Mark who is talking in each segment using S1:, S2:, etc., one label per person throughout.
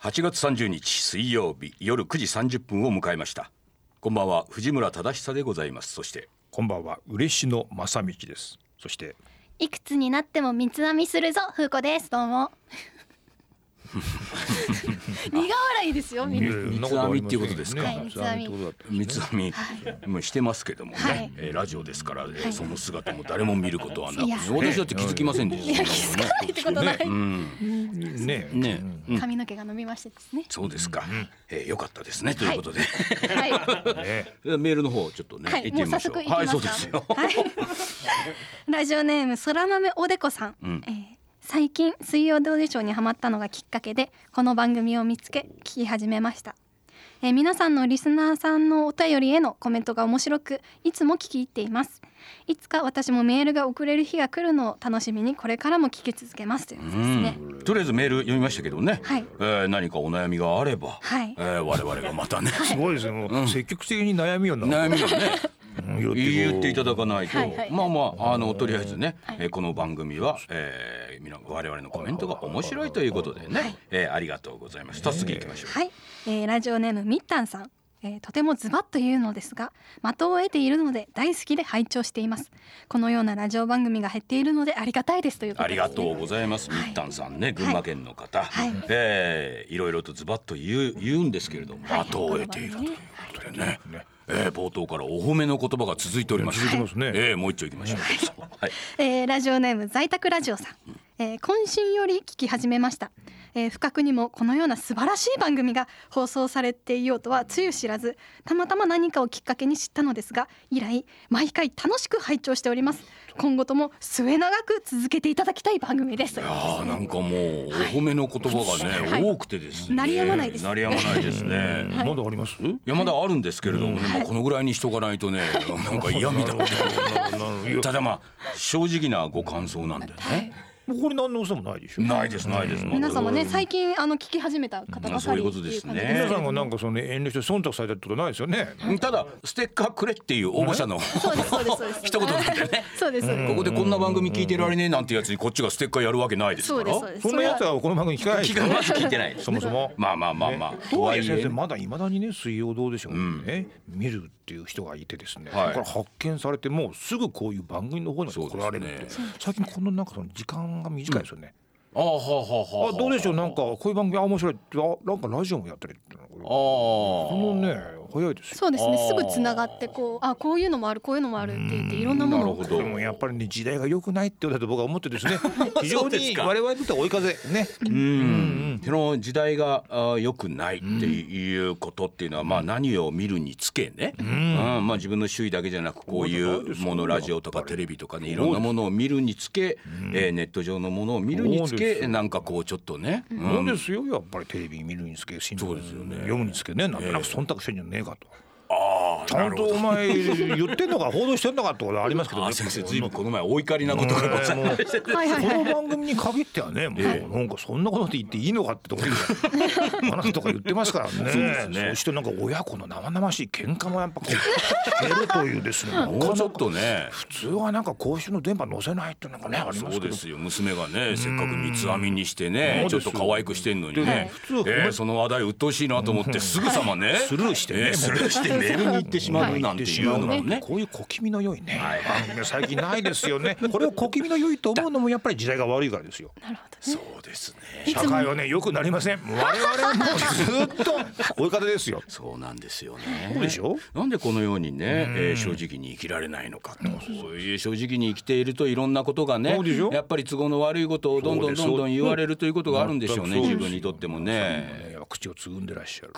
S1: 8月30日水曜日夜9時30分を迎えましたこんばんは藤村忠久でございますそして
S2: こんばんは嬉野正道ですそして
S3: いくつになっても三つ編みするぞ風子ですどう も苦笑いですよみん
S1: 三
S3: な
S1: つ編みっていうことですか
S2: ね
S3: はい三つ編み
S2: 三つ編みってことだ
S1: 三
S2: ったんで
S1: つ編
S2: すね
S1: みもしてますけどもね、
S3: はい
S1: えーラジオですから、えーその姿も誰も見ることはなく
S3: いや
S1: 私だって気づきませんでしたもんね
S3: ってことない、
S2: ねえ
S1: ねうん
S3: 髪の毛が伸びましてで すね
S1: そうですか、えーよかったですねということで、
S3: はい
S2: ね
S1: えーメールの方ちょっとね、
S3: はい
S1: 行ってみましょう
S3: もう早速行きますか
S1: はいそうですよ、
S3: ラジオネームそら豆おでこさん、
S1: うん
S3: えー最近水曜どうでしょうにハマったのがきっかけでこの番組を見つけ聞き始めました、えー皆さんのリスナーさんのお便りへのコメントが面白くいつも聞き入っていますいつか私もメールが送れる日が来るのを楽しみにこれからも聞き続けますということですね、
S1: うんとりあえずメール読みましたけどね、
S3: はい
S1: えー何かお悩みがあれば、
S3: はい
S1: えー我々がまたね、
S2: すごいですねもう積極的に悩みをな
S1: 悩みをね
S2: うん
S1: 言っていただ
S2: く
S1: かないと、
S3: はいはい
S1: まあまああのとりあえずね、えーこの番組は、えー、皆我々のコメントが面白いということでね、えーありがとうございました次行きましょう、
S3: はい、えーラジオネームみったんさん、えーとてもズバッと言うのですが的を得ているので大好きで拝聴していますこのようなラジオ番組が減っているのでありがたいですということ
S1: あ
S3: です、
S1: り
S3: ね、
S1: がとうございます、
S3: はい
S1: みったんさんね群馬県の方、
S3: はい
S1: えーいろいろとズバッと言う言うんですけれども、
S3: はい
S1: 後を得ているということでね、
S2: ね
S1: えー冒頭からお褒めの言葉が続いておりま
S2: 続い
S1: す
S2: てますね
S1: えーもう一丁行きましょう、はい
S3: えーラジオネーム在宅ラジオさん、えー渾身より聞き始めました、えー不覚にもこのような素晴らしい番組が放送されていようとはつゆ知らずたまたま何かをきっかけに知ったのですが以来毎回楽しく拝聴しております今後とも末永く続けていただきたい番組です
S1: いやーなんかもうお褒めの言葉がね、
S3: はい
S1: 多くてですね
S3: 鳴り止まないです
S1: 鳴り止まないです ね
S2: まだあります
S1: いやまだあるんですけれどもね、まあ、このぐらいにしとかないとね、なんか嫌みだ
S2: なるほどなる ほどいや
S1: ただまあ正直なご感想なんでね、
S2: これ何の嘘もないでしょ
S1: ないですないです、
S3: 皆様ね
S1: まあ
S3: 最近あの聞き始めた方ば
S1: あそ
S3: か
S1: うい
S3: り
S1: う
S3: っ
S1: こ
S3: て
S1: とで
S3: いう
S1: すね
S3: 感じ
S2: 皆さんがなんかその遠慮して忖度されたってことないですよね
S1: ただステッカーくれっていう応募者の、
S3: そうですそうですそうです
S1: 一言なんでね
S3: そうですそうです
S1: ここでこんな番組聞いてられねえなんてやつにこっちがステッカーやるわけないですから
S3: そうです
S2: そんなやつはこの番組聞かないで
S1: 気
S2: しょ
S1: がまず聞いてない
S2: そもそも
S1: まあまあまあまあ、
S2: と
S1: と
S2: は
S1: はい
S2: え
S1: い
S2: 先生
S1: え
S2: まだいまだにね水曜どうでしょうね、見るっていう人がいてですね、
S1: はい
S2: そこから発見されてもうすぐこういう番組の方に
S1: そうです
S2: 来
S1: ね
S2: られるって、最近このなんかその時間が短いですよね、
S1: ああはあはあは
S2: あどうでしょうなんかこういう番組あ面白いってあなんかラジオもやったりっていうのかなこ
S1: あ
S2: のね早いですよ
S3: そうですね
S1: あー
S3: すぐつながってこうあこういうのもあるこういうのもあるって言っていろんなもの
S1: なるほ
S3: を
S1: ど
S2: でもやっぱりね時代が良くないってことだと僕は思って ですね非常に我々にとっては追い風ね
S1: うんその時代があー良くないっていうことっていうのは、まあ何を見るにつけね、うんまあ、自分の周囲だけじゃなくこういうものラジオとかテレビとかねいろんなものを見るにつけ、えーネット上のものを見るにつ
S2: そうです
S1: け
S2: よ
S1: なんかこうちょっとね、うん
S2: そうですよやっぱりテレビ見るにつけ新聞、読むにつけねなんとなく忖度してんじゃねえかと。
S1: あ
S2: ちゃんとお前言ってんのか報道してんのかってことありますけ
S1: ー
S2: ど
S1: あー
S2: ね。
S1: 先生ずいぶんこの前お怒りなことがございました
S3: はいはい
S2: こ
S3: はい
S2: の番組に限ってはね、もうなんかそんなことって言っていいのかってとこ ろ話とか言ってますからね。そう
S1: ですね
S2: してなんか親子の生々しい喧嘩もやっぱこう出るというですね。なん
S1: も
S2: か
S1: うちょっとね
S2: 普通はなんか公衆の電波載せないっていうのがねありま
S1: そ
S2: す
S1: う
S2: け
S1: で
S2: ど。
S1: すよ娘がねせっかく三つ編みにしてねち
S2: そ
S1: ょっ
S2: うですよ
S1: と可愛くしてんのに
S2: で
S1: ね
S2: ね普通
S1: えーその話題鬱陶しいなと思ってすぐさまね
S2: スルーしてね
S1: えースルーしてメールに行ってしまうなんていうのもね
S2: こういう小気味の良いね、番組は最近ないですよねこれを小気味の良いと思うのもやっぱり時代が悪いからですよ
S3: なるほどね
S1: そうですね
S2: 社会はね良くなりません我々はもうずっと追い方ですよ
S1: そうなんですよね
S2: そうでしょ
S1: なんでこのようにね、えー正直に生きられないのかとそういう正直に生きているといろんなことがね
S2: そうでしょ
S1: やっぱり都合の悪いことをどんどんどんどん言われるということがあるんでしょうね
S2: そうです
S1: 自分にとってもね
S2: ね口をつぐんでらっしゃる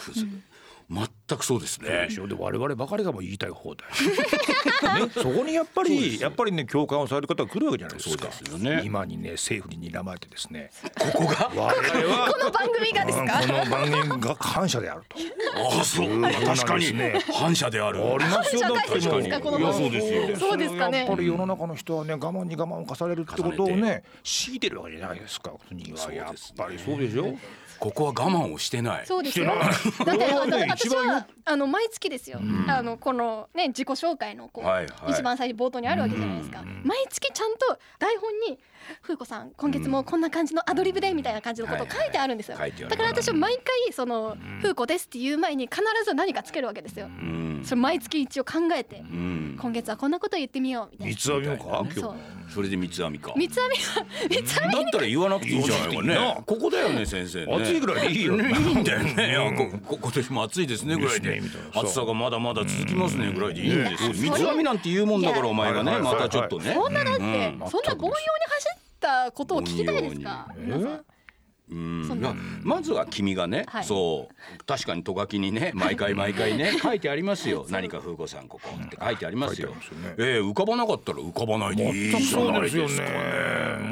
S1: 全くそうですね
S2: でしょで我々ばかりがもう言いたい 放題、ね、そこにやっぱりやっぱりね共感をされる方が来るわけじゃないですか
S1: そうですよね
S2: 今にね政府に睨まれてですね
S1: ここが
S2: 我々は
S3: この番組がですか
S2: うんこの番組が感謝であると
S1: ああそう
S2: そうなんで
S1: 確
S2: す
S1: かに
S2: ね
S1: 反射である
S2: ありますよだって
S3: 反社会的ですかこの
S1: いやそうですよ
S3: そうですかね
S2: やっぱり世の中の人はね我慢に我慢を重ねるってことを
S1: 重
S2: ね強いてるわけじゃないですか国は
S1: そう
S2: や
S1: ですね
S2: っぱりそうでしょ
S1: ここは我慢をしてない
S3: そうですよ。だ
S2: して な
S3: っ
S2: い
S3: て
S2: 俺
S3: あ
S2: はね
S3: の私
S2: 一番
S3: はあの毎月ですよ。あのこのね自己紹介のこう、
S1: はいはい
S3: 一番最初冒頭にあるわけじゃないですか。毎月ちゃんと台本に風子さん今月もこんな感じのアドリブでみたいな感じのことを書いてあるんですよ。
S1: はいはい書いてある
S3: だから私は毎回その風子ですって言う前に必ず何かつけるわけですよ。
S1: うん
S3: それ毎月一応考えて
S1: うん
S3: 今月はこんなこと言ってみようみたい
S2: 三
S3: な。
S2: つ編みもか今日
S3: そう。
S1: それで三つ編みか
S3: 三つ編みは三つ編
S1: だったら言わなくていいじゃないか
S2: いいよ
S1: ねここだよね先生ね
S2: 暑いぐらいでいいよ
S1: ねいいんだよねいや
S2: うん
S1: ここ今年も暑いですねぐらい
S2: いい
S1: で
S2: ですねみたいな
S1: 暑さがまだまだ続きますねぐらいでいいんですよ
S2: うん
S1: 三つ編みなんて言うもんだからお前が
S2: い
S1: ね
S2: や
S1: またちょっとね
S3: みそんなだって、
S1: うん
S3: そんな凡庸に走ったことを聞きたいですか
S1: 凡。
S3: 皆さん
S1: うん
S3: そん
S1: いやまずは君がね、
S3: はい
S1: そう確かにと書きに ね毎回毎回ね書いてありますよ何か風子さんここって書いてありますよ
S2: 書いてありますよね
S1: ええ浮かばなかったら浮かばないでいい
S2: 全く
S1: じゃ
S2: そう
S1: ない
S2: で
S1: ですす
S2: よ
S1: か
S2: ね
S1: ね。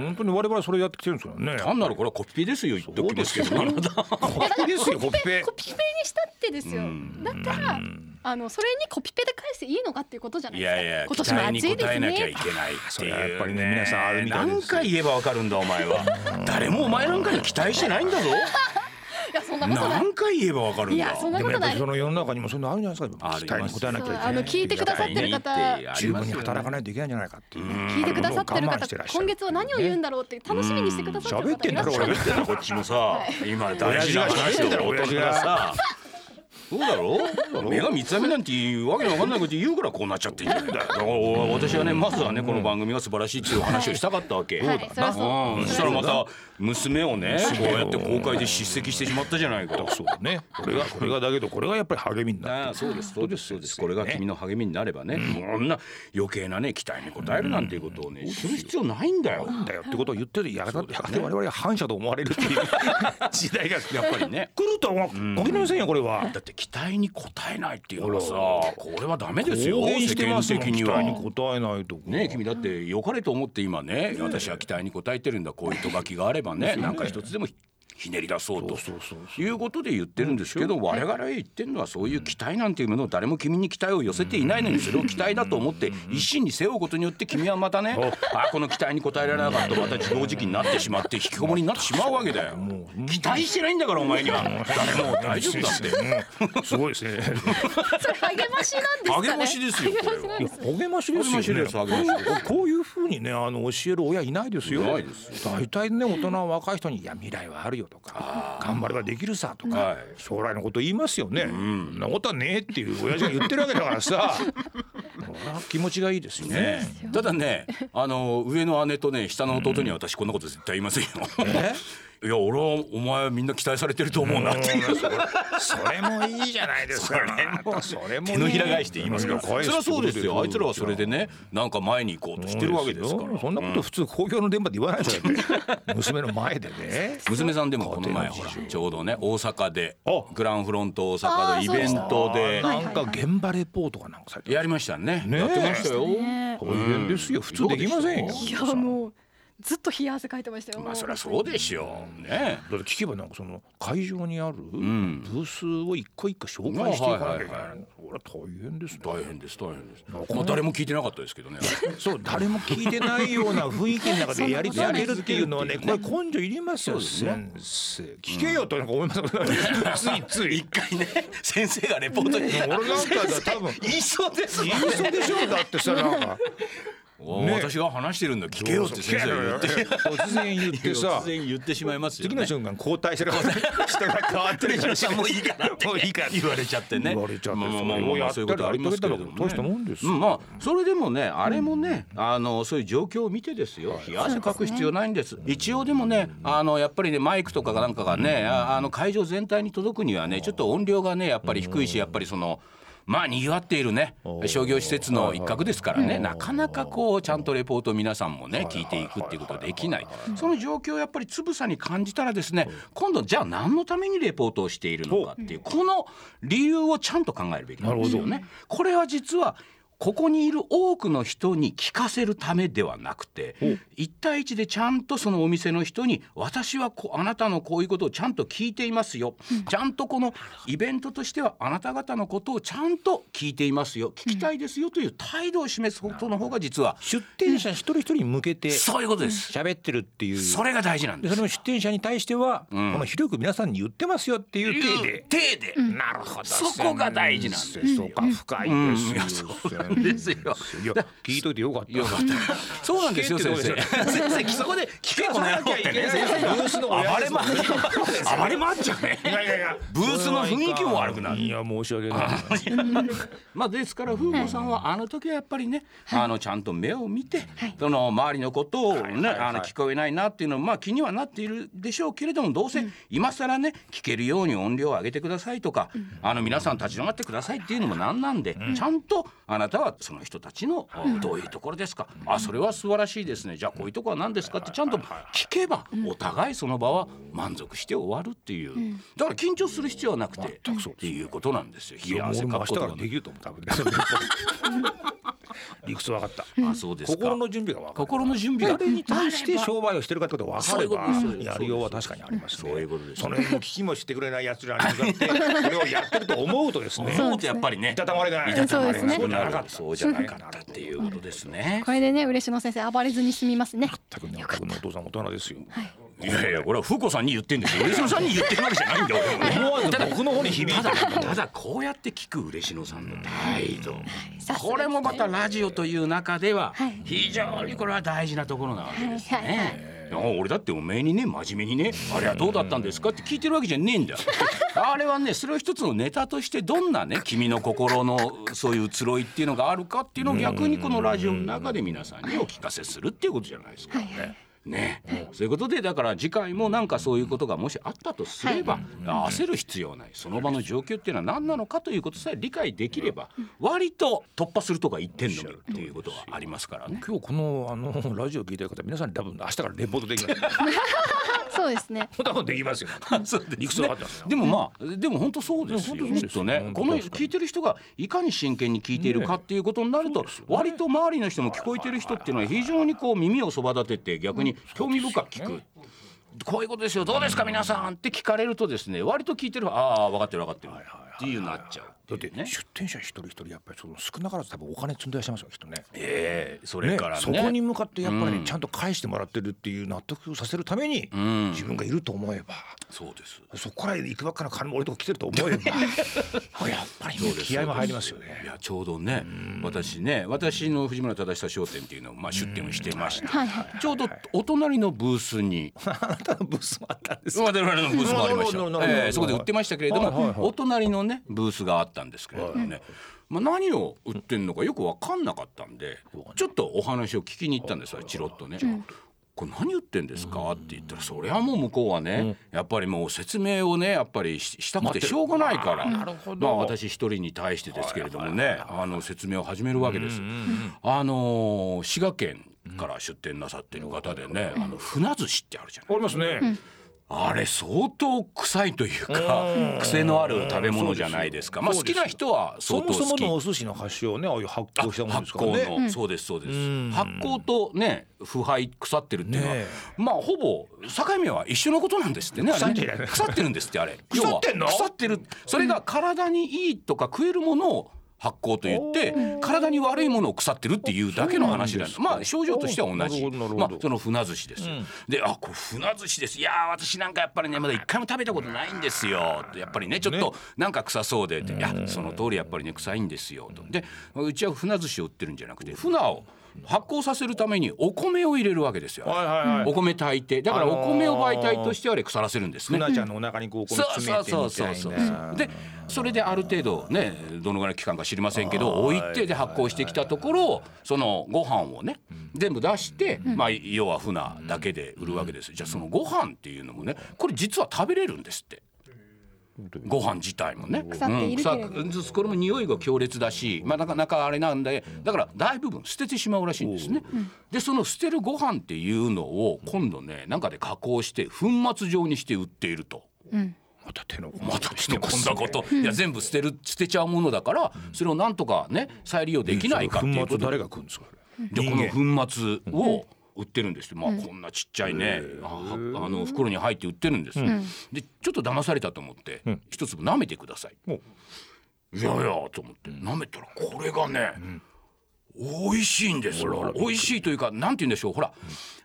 S2: 本当に我々それやってきてるんですからね。
S1: 単なるこれはコピーですよ言っときますけどあなた
S2: コピですよコピペ
S3: コ。ピペにしたってですよ、だったらあのそれにコピペで返していいのかっていうことじゃない
S1: い
S3: ですか
S1: やいや
S3: 今
S1: 期
S3: 年も
S1: 待に
S3: 暑い
S1: 応
S3: です
S1: えなきゃい
S3: ね
S1: けないってい
S2: れ
S1: う
S2: はやっぱりね皆さんあるみたいですよ
S1: 何回言えばわかるんだお前は誰もお前なんかに期待してないんだぞ
S3: いやそんなことない
S1: 何回言えばわかるん
S3: い
S1: だ
S3: やそんな
S2: で
S3: こ
S2: もや
S3: と
S2: っぱ
S3: な
S2: り
S3: い
S2: その世の中にもそういうのあるんじゃないですか。
S1: あ
S2: 期
S1: り
S2: 待
S1: ま
S2: に
S1: す
S2: 応えなきゃいけない。
S3: あの聞いてくださってる方
S2: 十分に働かないといけないんじゃないかっていう。
S3: 聞いてくださってる
S2: 我慢
S3: 方
S2: してらっしゃ
S3: 今
S2: る
S3: 月は何を言うんだろうって楽しみにしてくださってる
S2: 喋って
S3: 方い
S2: ん
S3: ら
S2: だろ俺
S3: っしゃる。
S1: 喋ってんだこっちもさ今大
S2: 親
S1: 事
S2: 父
S1: な
S2: が
S1: 話
S2: 喋ってんだ
S1: を
S2: ろ
S1: 男がさそうだろ目が三つ編みなんていうわけのわかんないこと言うからこうなっちゃってんじゃない だからお私はねまずはねこの番組が素晴らしいっていう話をしたかったわけ、
S3: はいそりゃそ
S1: う
S3: う
S1: ん、そしたらまた娘をねこうやって公開で叱責してしまったじゃないか
S2: だからそうだね。これがこれがだけどこれがやっぱり励みに
S1: あ
S2: なっ
S1: あそうですそうですそうですこれ
S2: よね
S1: が君の励みになればねこんな余計なね期待に応えるなんていうことをねする必要ないんだよ
S2: てんだよってことを言ってるやがたやがて我々は反社と思われるって いう時代が
S1: やっぱりね
S2: 来るとは限りませんよこれは。
S1: だって期待に応えないっていうのはさこれはダメですよ
S2: 応援してます
S1: 世
S2: よ
S1: 間的
S2: 期
S1: に
S2: 待
S1: は
S2: に応えないとこ
S1: ねえ君だって良かれと思って今ね私は期待に応えてるんだこういうと書きがあればねなんか一つでもひひねり出そうと
S2: そうそうそ
S1: いうことで言ってるんですけど我々が言ってるのはそういう期待なんていうものを誰も君に期待を寄せていないのにそれを期待だと思って一心に背負うことによって君はまたねあこの期待に応えられなかったまた自暴自棄になってしまって引きこもりになってしまうわけだよ
S2: もう
S1: 期待してないんだからお前には誰も大丈夫だって
S2: ってすごいですね
S3: それ励ましなんですかね。
S1: 励ましですよこれは
S3: 励ましなん
S2: いや
S3: です
S2: 励ましですよね
S1: 励ましです励ましです
S2: こういうふうにねあの教える親いないですよ
S1: いないです
S2: 大体ね大人は若い人に「いや未来はあるよ」とか「頑張ればできるさ」と
S1: は
S2: か
S1: い
S2: 将来のこと言いますよね「そんなことはねえ」っていう親父が言ってるわけだから さこれは気持ちがいいですよね
S1: ね。ただねあの上の姉とね下の弟には私こんなこと絶対言いませんよ。 いや俺はお前みんな期待されてると思うなっていう
S2: それもいいじゃないですか。それも
S1: 手のひら返しって言いますからそれはそうですよあいつらはそれでねなんか前に行こうとしてるわけですから
S2: そんなこと普通公共の電波で言わないですよだって娘の前でね。
S1: 娘さんでもこの前ほらちょうどね大阪で
S2: あ
S1: グランフロント大阪のイベントで
S3: あーそうでした
S2: なんか現場レポートかなんかされて
S1: やりましたね
S2: ねえ
S1: やってましたよ。
S3: ね
S2: 大変ですよ普通できませんよ。
S3: いやもうずっと冷や汗かいてましたよ。
S1: まあそりゃそうでしょうね。
S2: だって聞けばなんかその会場にあるブ
S1: ん
S2: ースを一個一個紹介していかなきゃいけな。
S1: はいはいはい
S2: これは大変ですね。
S1: 大変です大変です。まあ誰も聞いてなかったですけどね。
S2: そう誰も聞いてないような雰囲気の中でやり続けるっていうのはね
S1: そ
S2: これ根性いりますよ先生聞けよとなんか思いますけどついつい
S1: 一回ね先生がレポートに
S2: 俺なんか多分
S1: 言いそうですもん
S2: 言いそうでしょだってさなんか
S1: お
S2: ね
S1: 私が話してるんだ聞けよって先生が言って
S2: 突然言ってさ
S1: 突然言ってしまいますよ
S2: 次の
S1: ね
S2: 瞬間交代してる人が変わってる
S1: テレビさんもういいかなって
S2: もういいから
S1: 言われちゃってね
S2: 言われちゃって
S1: まあまあまあ
S2: それを
S1: ま
S2: や
S1: あ
S2: った
S1: そうい
S2: り
S1: うことありますけれども
S2: やってたら大したもんですよ
S1: うんまあそれでもねあれもねあのそういう状況を見てですよ冷や汗かく必要ないんです一応でもねあのやっぱりねマイクとかなんかがねああの会場全体に届くにはねちょっと音量がねやっぱり低いしやっぱりそのまあ賑わっているね商業施設の一角ですからねなかなかこうちゃんとレポートを皆さんもね聞いていくっていうことはできないその状況をやっぱりつぶさに感じたらですね今度じゃあ何のためにレポートをしているのかっていうこの理由をちゃんと考えるべきなんですよね。これは実はここにいる多くの人に聞かせるためではなくて一対一でちゃんとそのお店の人に私はこうあなたのこういうことをちゃんと聞いていますよ、ちゃんとこのイベントとしてはあなた方のことをちゃんと聞いていますよ聞きたいですよという態度を示すことの方が実は
S2: 出店者一人一人に向けて
S1: そういうことです、
S2: 喋ってるっていう
S1: それが大事なんで
S2: でそ
S1: す
S2: れも出店者に対しては、
S1: うん
S2: この広く皆さんに言ってますよっていう体で、
S1: 手で、
S2: なるほど
S1: そこが大事なんです
S2: ですそうか深いですよ、
S1: うんいやそうなんですよ
S2: いや聞いといてよかった
S1: よかった。そうなんですよ、先生。
S2: 聞けって
S1: 先生、そこで聞け、この野郎ってね。先生、
S2: ブースの
S1: 暴
S2: 親で
S1: れ
S2: す
S1: ま、 暴れ回っちゃうね。
S2: いやいや
S1: ブースの雰囲気も悪くなる
S2: いや申し訳ない
S1: まあ、ですから、風子さんは、あの時はやっぱりね、あの、ちゃんと目を見て
S3: はい。
S1: その、周りのことを、
S2: はい
S1: ね、
S2: はいはい
S1: あの、聞こえないなっていうの、まあ、気にはなっているでしょうけれども、どうせ。今更ね、聞けるように音量を上げてくださいとか、あの、皆さん立ち止まってくださいっていうのもなんなんで。ちゃんと、あなたは、その人たちの、どういうところですか。あ、それは素晴らしいですね。じゃ、あこういうところは何ですかって、ちゃんと聞けば、お互いその場は満足して終わるっていう。だから、緊張する必要はなくて、っていうことなんですよ。
S2: いや俺
S1: せっか
S2: も明
S1: く
S2: 日
S1: こ
S2: か
S1: と
S2: ら
S1: が
S2: できると思う多分ね 理屈わかった
S1: あそうですか
S2: 心の準備がわかる
S1: 心の準備が
S2: これに対して商売をしてるかってことが分かれば
S1: そういうことです
S2: やりようは確かにありますね
S1: そういうことです
S2: その辺も聞きもしてくれない奴らに向かってこれをやってると思うとですね
S1: そうとやっぱりね
S2: いたたまれない
S1: いたたまれない
S2: そうですね
S1: なるほどそうじゃなかったっていうことですね
S3: これでね嬉野先生暴れずに済みますね
S2: たくんのたくんのお父さんも大人ですよ
S1: いやいやこれは風子さんに言ってんですよ嬉野さんに言ってるわけじゃないんだよ俺も
S2: 思わず僕の方に響い
S1: た
S2: た
S1: だただこうやって聞く嬉野さんの態度
S3: さすがですね
S1: これもまたラジオという中では
S3: はい
S1: 非常にこれは大事なところなわけです
S3: はいはいはい
S1: ねあ俺だっておめえにね真面目にねあれはどうだったんですかって聞いてるわけじゃねえんだあれはねそれを一つのネタとしてどん なね君の心のそういう移ろいっていうのがあるかっていうのを逆にこのラジオの中で皆さんにお聞かせするっていうことじゃないですか
S3: はい。はい
S1: ね、そういうことでだから次回もなんかそういうことがもしあったとすれば、焦る必要ないその場の状況っていうのは何なのかということさえ理解できれば、割と突破するとか一点のみっていうことはありますからね。
S2: 今日このあのラジオ聞いてる方皆さん多分 明日からレポートできますよ
S3: そうですね
S2: 多分でき ますよ
S1: そうですね
S2: 理屈分かってますよ
S1: でもまあでも本当そうですよ
S2: 本当そうです
S1: きっとね
S2: 本当
S1: この
S2: 確かに
S1: 聞いてる人がいかに真剣に聞いているかっていうことになると割と周りの人も聞こえてる人っていうのは非常にこう耳をそば立てて逆に興味深く聞く。こういうことですよどうですか皆さんって聞かれるとですね割と聞いてるああ分かってる分かってるっていうなっちゃう
S2: だって
S1: ね
S2: 出店者一人一人やっぱりその少なからず多分お金積んでらっしゃいますよきっとね
S1: ええそれ
S2: ね
S1: からね
S2: そこに向かってやっぱりね、
S1: うん
S2: ちゃんと返してもらってるっていう納得をさせるために、
S1: ん
S2: 自分がいると思えば
S1: そうです
S2: そこから行くばっかの金も俺のとこ来てると 思えばあやっぱりね
S1: そうです
S2: 気合も入りますよね
S1: いやちょうどね私ね私の藤村忠久商店っていうのをまあ出店をしてまして
S3: はいはい
S1: ちょうどお隣のブースに
S2: あなたのブースもあったんですよ
S1: 我々のブースもありました
S2: なるほどなるほど
S1: ええそこで売ってましたけれど
S2: はいはいはい
S1: もお隣のねブースがあったんですけれどもねまあ何を売ってんのかよく分かんなかったんでちょっとお話を聞きに行ったんですよチロッとね。これ何売ってんですかって言ったらそれはもう向こうはねやっぱりもう説明をねやっぱりししたくてしょうがないから
S2: なるほど
S1: まあ私一人に対してですけれどもねあの説明を始めるわけです。あのー滋賀県から出店なさっている方でねあの船寿司ってあるじゃない
S2: ありますね、
S1: あれ相当臭いというか癖のある食べ物じゃないですか。まあ
S2: そ
S1: 好
S2: うで
S1: き
S2: すよ
S1: な人は
S2: そ
S1: 相当
S2: も
S1: 好き。
S2: そものお寿司の端をねああいう発酵したもので
S1: 発
S2: すから
S1: 酵の、
S2: ね
S1: そうですそうです
S2: うん
S1: 発酵とね腐敗腐ってるっていうのは、
S2: ねえ
S1: まあほぼ境目は一緒のことなんですってねあれ
S2: 腐ってる
S1: 腐ってるんですってあれ
S2: 腐ってんの
S1: 要は腐ってるそれが体にいいとか食えるものを発酵と言って体に悪いものを腐ってるっていうだけの話なんですまあ症状としては同じ
S2: おーなるほどなるほ
S1: まあ
S2: ど
S1: その船寿司です、であこれ船寿司ですいやー私なんかやっぱりねまだ一回も食べたことないんですよやっぱりねちょっ
S2: ね
S1: となんか臭そうでっていやその通りやっぱりね臭いんですよとでうちは船寿司を売ってるんじゃなくて船を発酵させるためにお米を入れるわけですよ、
S2: はいはいはい
S1: お米炊いてだから
S2: あのー
S1: お米を媒体としてあれ腐らせるんですね
S2: ふなちゃんのお腹にこうこう
S1: そう
S2: 詰
S1: そ
S2: め
S1: う
S2: てみ
S1: そうそう
S2: たい
S1: そう
S2: な
S1: でそれである程度ねどのぐらいの期間か知りませんけど置いてで発酵してきたところをそのご飯をね全部出してまあ要は船だけで売るわけですじゃあそのご飯っていうのもねこれ実は食べれるんですって。ご飯自体もね
S3: 腐っているけれど
S1: うん腐っこれも匂いが強烈だし、まあ、なかなかあれなんでだから大部分捨ててしまうらしいんですね。でその捨てるご飯っていうのを今度ねなんかで加工して粉末状にして売っていると。
S2: また手の込んだ
S1: また手きの込んだこと、いや全部捨てる捨てちゃうものだから、それをなんとかね再利用できないかっていう
S2: 粉末
S1: こと
S2: 誰
S1: で
S2: が食うんですか
S1: でこの粉末を売ってるんですよまあこんなちっちゃいね、あはあの袋に入って売ってるんですよ、でちょっと騙されたと思って、一粒舐めてください、
S2: お
S1: いやいやと思って舐めたらこれがね、美味しいんですよ美味しいというかなんて言うんでしょうほら、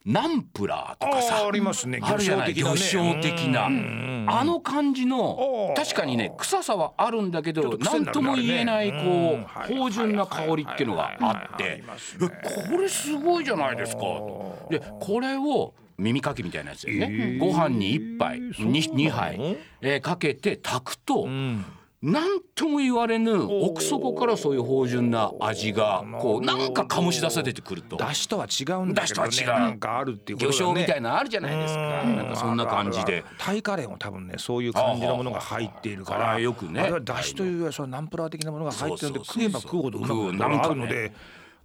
S1: ナンプラーとかさ
S2: あありますね
S1: あるじゃない魚
S2: 魚
S1: 醤
S2: 醤
S1: 的なあの感じの
S2: おー
S1: 確かにね臭さはあるんだけ
S2: っ
S1: ど
S2: と癖
S1: 何
S2: にな
S1: と
S2: るね
S1: も言えないこ
S2: うんは
S1: う
S2: い
S1: 芳醇な香りっていうのがあっ
S2: はいはいはいはいあ
S1: て
S2: ります
S1: え
S2: ね
S1: これすごいじゃないですかとでこれを耳かきみたいなやつですねご飯に1杯
S2: そうなの
S1: 2, 杯、えーかけて炊くと
S2: ん
S1: 何とも言われぬ奥底からそういう芳醇な味がこう
S2: なる
S1: な
S2: ほど
S1: んか醸し出されてくると
S2: だしとは違うんだけどね
S1: 出汁とは違う
S2: なんかあるっていうこと
S1: 魚
S2: だね
S1: 醤みたいなのあるじゃないですか
S2: うん
S1: なんかそんな感じ
S2: あるあ
S1: で
S2: るあるタイカレーも多分ねそういう感じのものが入っているか
S1: あああ
S2: ら
S1: あよくね
S2: あれはだしというよりはそのナンプラー的なものが入ってるので
S1: そうそう
S2: 食えば食うほどうまく
S1: 食うなん
S2: な
S1: か
S2: る
S1: ね
S2: ので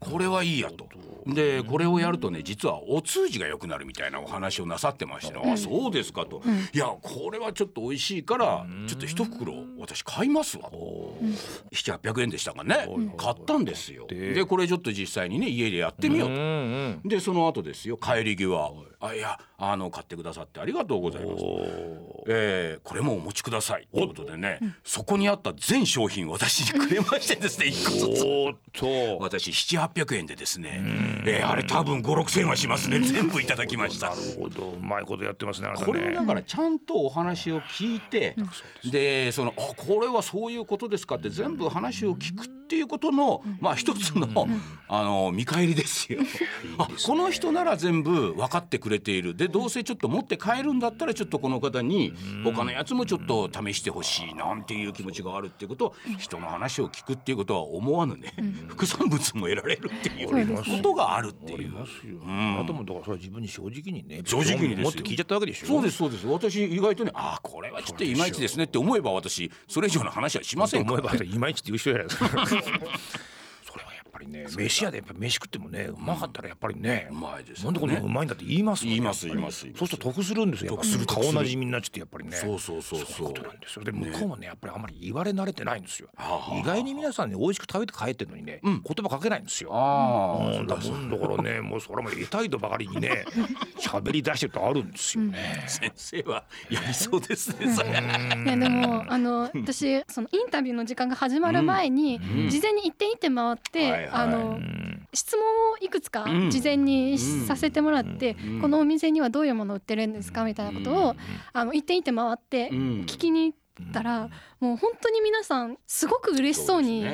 S1: これはいいやと。でこれをやるとね実はお通じが良くなるみたいなお話をなさってました、あそうですかと、いやこれはちょっと美味しいからちょっと一袋私買いますわと7800円でしたかね買ったんですよでこれちょっと実際にね家でやってみようと
S2: うんうん
S1: でその後ですよ帰り際「あいやあの買ってくださってありがとうございます」えーこれもお持ちください」ということでねそこにあった全商品私にくれましてですね1個ずつ。
S2: おーっと
S1: 私7800円でですね、えーあれ多分56000円はしますね全部いただきました
S2: なるほどうまいことやってますねあなた
S1: これを
S2: ね
S1: だからちゃんとお話を聞いて、でそのあこれはそういうことですかって全部話を聞くっていうことの、まあ一つの、あの見返りです よ。あこの人なら全部分かってくれているでどうせちょっと持って帰るんだったらちょっとこの方に他のやつもちょっと試してほしいなんていう気持ちがあるっていうこと人の話を聞くっていうことは思わぬね、副産物も得られるっていう
S3: そうですね
S1: ことがあるっていう。
S2: ますよあなたもだからそれは自分に正直にね
S1: 正直にですよ
S2: もっと聞いちゃったわけでしょ
S1: そうですそうです私意外とねああこれはちょっといまいちですねって思えば私それ以上の話はしませんか
S2: 思え
S1: ら
S2: ばいまいちって言う人じゃないで すかそれはやっぱりね飯屋でやっぱ飯食ってもねうまかったらやっぱりね
S1: うまいです
S2: な
S1: よ
S2: んでこんな
S1: ね
S2: うまいんだって言いますもん
S1: 言います
S2: やっぱり
S1: 言います言います
S2: そうすると得するんですよ
S1: 得する
S2: やっぱ
S1: 得
S2: り
S1: する
S2: 顔なじみになっちゃってやっぱりね
S1: そうそうそうそう
S2: ことなんですよで向こうもねやっぱりあんまり言われ慣れてないんですよ
S1: ああ
S2: 意外に皆さんね美味しく食べて帰ってるのにね言葉かけないんですよ
S1: ああ、
S2: うんだもんだからねもうそれも得態度ばかり にね喋り出してるとあるんですよね
S1: 先生はやりそうですねそれ
S3: いやでもあの私そのインタビューの時間が始まる前に事前に一点一点回っ
S1: はいはい
S3: てあの質問をいくつか
S1: うん
S3: 事前にさせてもらってこのお店にはどういうものを売ってるんですかみたいなことをあの一点一点回って
S1: うん
S3: 聞きに行ったらもう本当に皆さんすごく嬉しそうに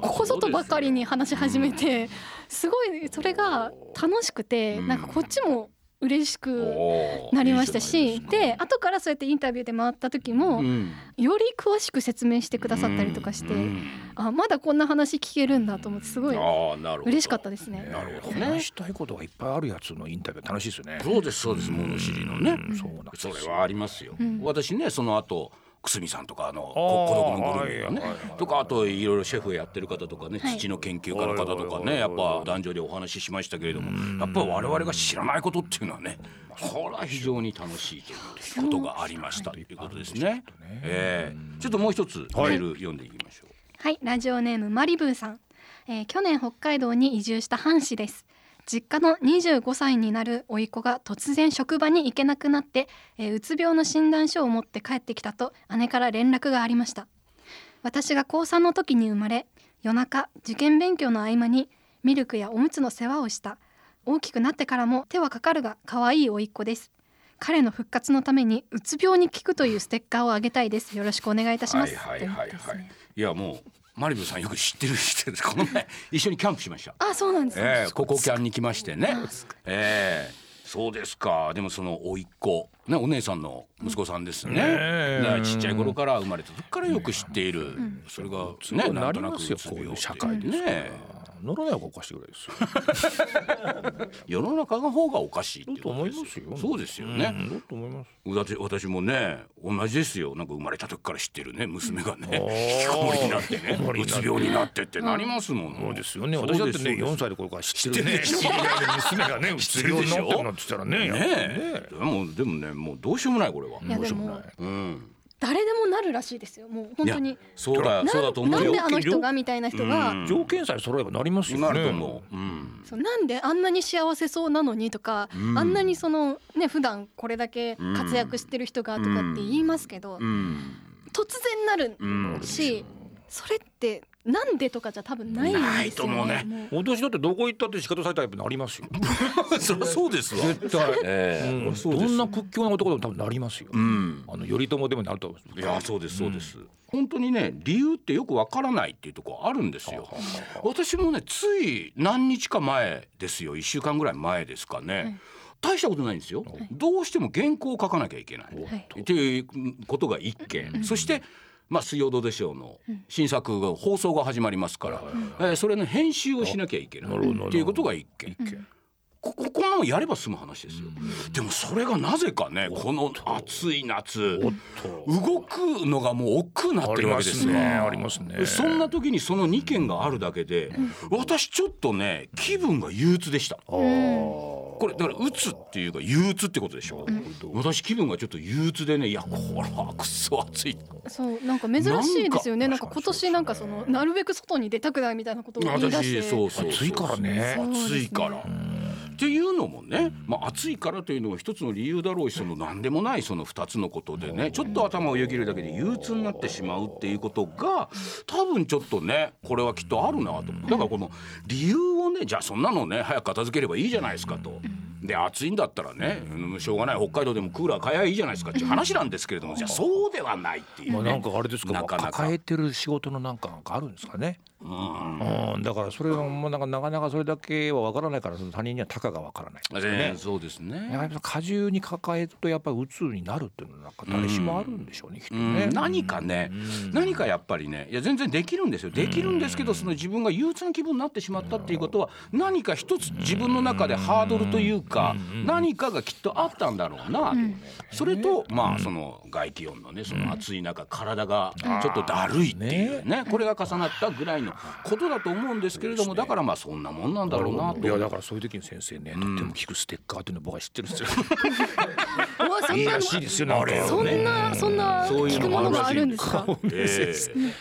S3: ここぞとばかりに話し始めてすごいそれが楽しくて
S1: うん
S3: なんかこっちも嬉しく
S1: おー
S3: なりましたし
S1: いいじゃない
S3: で後からそうやってインタビューで回った時
S1: すか
S3: も
S1: うん
S3: より詳しく説明してくださったりとかして、
S1: うん
S3: あまだこんな話聞けるんだと思ってすごい
S1: ああなるほど
S3: 嬉しかったですね。
S1: なるほどね
S2: 話したいことがいっぱいあるやつのインタビュー楽しいですよね
S1: そうですそうです物知りのね
S2: うんそうなんです
S1: そ
S2: よ
S1: れはありますよ、
S3: ん
S1: 私ねその後くすみさんとかあのこ孤
S2: あー
S1: 独のグルメのね
S2: はいはいはいはい
S1: とかあといろいろシェフやってる方とかね、
S3: はい
S1: 父の研究家の方とかね、
S2: はい
S1: や
S2: は
S1: っ
S2: い
S1: ぱ男女でお話ししましたけれどもやっぱ我々が知らないことっていうのはねこれは非常に楽しいということがありましたということですね。ええちょっともう一つメール読んでいきましょう。
S3: はい、ラジオネームマリブーさん、えー去年北海道に移住した藩士です実家の25歳になる甥っ子が突然職場に行けなくなって、えーうつ病の診断書を持って帰ってきたと姉から連絡がありました私が高3の時に生まれ夜中受験勉強の合間にミルクやおむつの世話をした大きくなってからも手はかかるが可愛い甥っ子です彼の復活のためにうつ病に効くというステッカーをあげたいですよろしくお願いいたします
S1: はいはいはい
S3: ということ
S1: は
S3: です
S1: い
S3: ね。
S1: いやもうマリブさんよく知ってる人です。この前一緒にキャンプしました。
S3: あそうなんですね、
S1: ええここキャンに来ましてね。ええそうですか。でもその甥っ子ねお姉さんの息子さんですね。
S2: え
S1: だからちっちゃい頃から生まれた時からよく知っている。それがね
S2: そう
S1: なんと
S2: な
S1: な
S2: り
S1: く
S2: ますよ
S1: うつ病
S2: こういう社
S1: っ
S2: 会
S1: て
S2: で
S1: ね
S2: す乗らない方がおかしいぐらい ですよ。
S1: 世の中の方がおかしいっていう
S2: と
S1: こと
S2: 思
S1: で
S2: い
S1: す
S2: ますよ。
S1: そうですよね。
S2: うん。だと思います。
S1: だって私もね同じですよなんか生まれた時から知ってるね娘がね引きこもりになってね
S2: 引きこもり
S1: う
S2: になっ
S1: つ
S2: て
S1: 病になってってなりますもん
S2: そうですよね。私だ
S1: そう
S2: っ
S1: で
S2: て
S1: すそ
S2: ね、
S1: うです
S2: 四歳の頃から知って
S1: 知ってる
S2: るね。
S1: でしょ
S2: 知り合いの娘がね、う
S1: 知っ
S2: つ
S1: てる
S2: 病
S1: で
S2: に
S1: し
S2: な
S1: ょ
S2: ってるなんて言ったらね、やっぱり
S1: ねえでもでもねもうどうしようもないこれは。
S3: いやで
S2: どうしようも
S3: も
S2: ない
S1: うん
S3: 誰でもなるらしいですよもう本当に
S1: そうだそうだと思
S3: な
S1: うんよ
S3: であの人がみたいな人
S1: う
S3: が
S1: ん
S2: 条件さえ揃えばなりますよね。
S1: なると思う、うん
S3: そうなんであんなに幸せそうなのにとか、
S1: うん
S3: あんなにそのね普段これだけ活躍してる人がとかって言いますけど、
S1: うん
S3: 突然なる
S1: うん
S3: し、それってなんでとかじゃ多分ないんですよ、ね、
S1: ないと思うね
S3: もう
S2: 私だってどこ行ったって仕方されたタイプなりますよ。
S1: そりゃそうですわ
S2: 絶対。
S1: ええ
S2: うん、
S1: そう
S2: ど
S1: です
S2: んな屈強な男でも多分なりますよ。
S1: うん
S2: あの頼朝でもなると思います。
S1: いやそうですそうです、本当にね理由ってよくわからないっていうとこあるんですよ私もねつい何日か前ですよ1週間ぐらい前ですかね、
S3: はい
S1: 大したことないんですよ、
S2: はい
S1: どうしても原稿を書かなきゃいけない、
S2: おっと
S1: っていうことが一件、そしてまあ水曜どうでしょうの新作が放送が始まりますから、えーそれの編集をしなきゃいけない
S2: なるほど
S1: っていうことが一件、こここんなのやれば済む話ですよ、でもそれがなぜかねこの暑い夏
S2: おっと。
S1: 動くのがもう億劫になって
S2: あり
S1: るわ
S2: ま
S1: けです
S2: す
S1: よ
S2: ね。ありますね。
S1: そんな時にその2件があるだけで、私ちょっとね気分が憂鬱でしたこれだから鬱っていうか憂鬱ってことでしょ、私気分がちょっと憂鬱でねいやこれはくそ暑い
S3: そうなんか珍しいですよねなんか今年なんかそのなるべく外に出たくないみたいなことを言い出して
S1: 私そうそう
S2: 暑いからね
S3: そうですね
S1: 暑いから、っていうのもね、まあ、暑いからというのも一つの理由だろうしその何でもないその2つのことでねちょっと頭をよぎるだけで憂鬱になってしまうっていうことが多分ちょっとねこれはきっとあるなと思うだからこの理由をねじゃあそんなのね早く片付ければいいじゃないですかと。で暑いんだったらね、うんしょうがない北海道でもクーラー買えばいいじゃないですかっていう話なんですけれどもじゃあそうではないっていう
S2: まあ、な
S1: ね
S2: ん。かあれですか
S1: なかなか
S2: 抱えてる仕事のなんかなんかあるんですかね。うん、だからそれはもうなんかなかなかそれだけはわからないからその他人にはたかがわからない。
S1: ね、そうです
S2: や
S1: ね、
S2: っぱ過重に抱えるとやっぱり鬱になるっていうのはなんか誰しもあるんでしょうね、きっと
S1: うん
S2: ね。
S1: 何かね、何かやっぱりねいや全然できるんですよできるんですけどその自分が憂鬱な気分になってしまったっていうことは何か一つ自分の中でハードルというか何かがきっとあったんだろうなそれとまあその外気温のねその暑い中体がちょっとだるいっていうねこれが重なったぐらいのことだと思うんですけれどもだからまあそんなもんなんだろうなと
S2: いやだからそういう時に先生ね、とっても効くステッカーっていうの僕は知ってるんですよ。
S3: うわそん
S2: いい
S3: な
S2: らしいですよなんか
S3: そんなそんな
S1: そうい
S3: 聞
S1: う
S3: く
S1: のもあ
S3: もの
S1: るら
S3: が
S1: し
S3: あ
S1: い
S3: るんですか
S1: ええ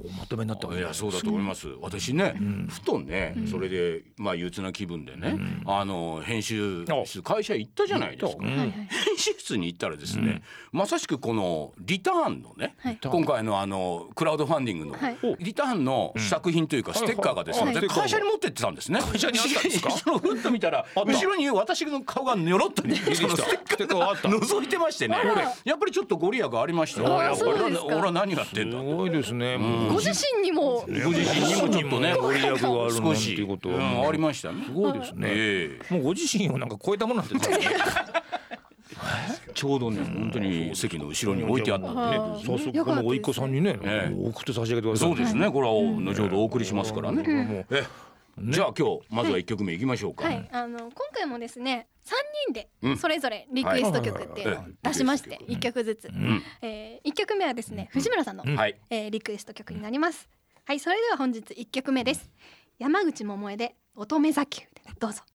S2: おまとめになったわ
S1: い
S2: け
S1: やそうだと思います私ね、ふとねそれでまあ憂鬱な気分でね、あの編集室会社行ったじゃないですか、
S2: うん
S3: はいはい
S1: 編集室に行ったらですね、まさしくこのリターンのね、
S3: はい
S1: 今回のあのクラウドファンディングの
S3: はい
S1: リターンの試作品というかステッカーがですね、
S2: はいは
S1: で
S2: い
S1: 会社に持ってってたんですね会
S2: 社にあったんです か
S1: そのふっと見たら
S2: あった
S1: 後ろに私の顔がニョロっとね
S2: てき
S1: そ
S2: た
S1: のステッカーが覗いてましてねやっぱりちょっとご利益ありましたよ
S3: あらそうですか
S1: 俺は俺は何やってん
S2: す
S1: だ
S2: ごいですね。
S3: ご
S2: もう
S3: 自身にも
S1: ご自身にもちょっとね
S2: ご利益があるなん
S1: 少
S2: てい
S1: し
S2: うこと
S1: う
S2: は
S1: んありましたね
S2: すごいですね。
S1: え
S2: もうご自身をなんか超えたものなんですね。
S1: えちょうどね本当に席の後ろに置いてあったんでね
S3: はい
S2: 早速このおいっ子さんにね、
S1: ええ
S2: 送って差し上げてください。
S1: そうですねこれは後ほどお送りしますからね
S2: ん
S1: ええじゃあ今日まずは一曲目いきましょうか
S3: はい、あの今回もですね3人
S1: う
S3: で
S1: ん
S3: それぞれリクエスト曲っていうのを出しまして1曲ずつ、えー、1曲目はですね藤村さんの、
S1: はい
S3: えーリクエスト曲になりますはいそれでは本日1曲目です山口百恵で乙女座球どうぞ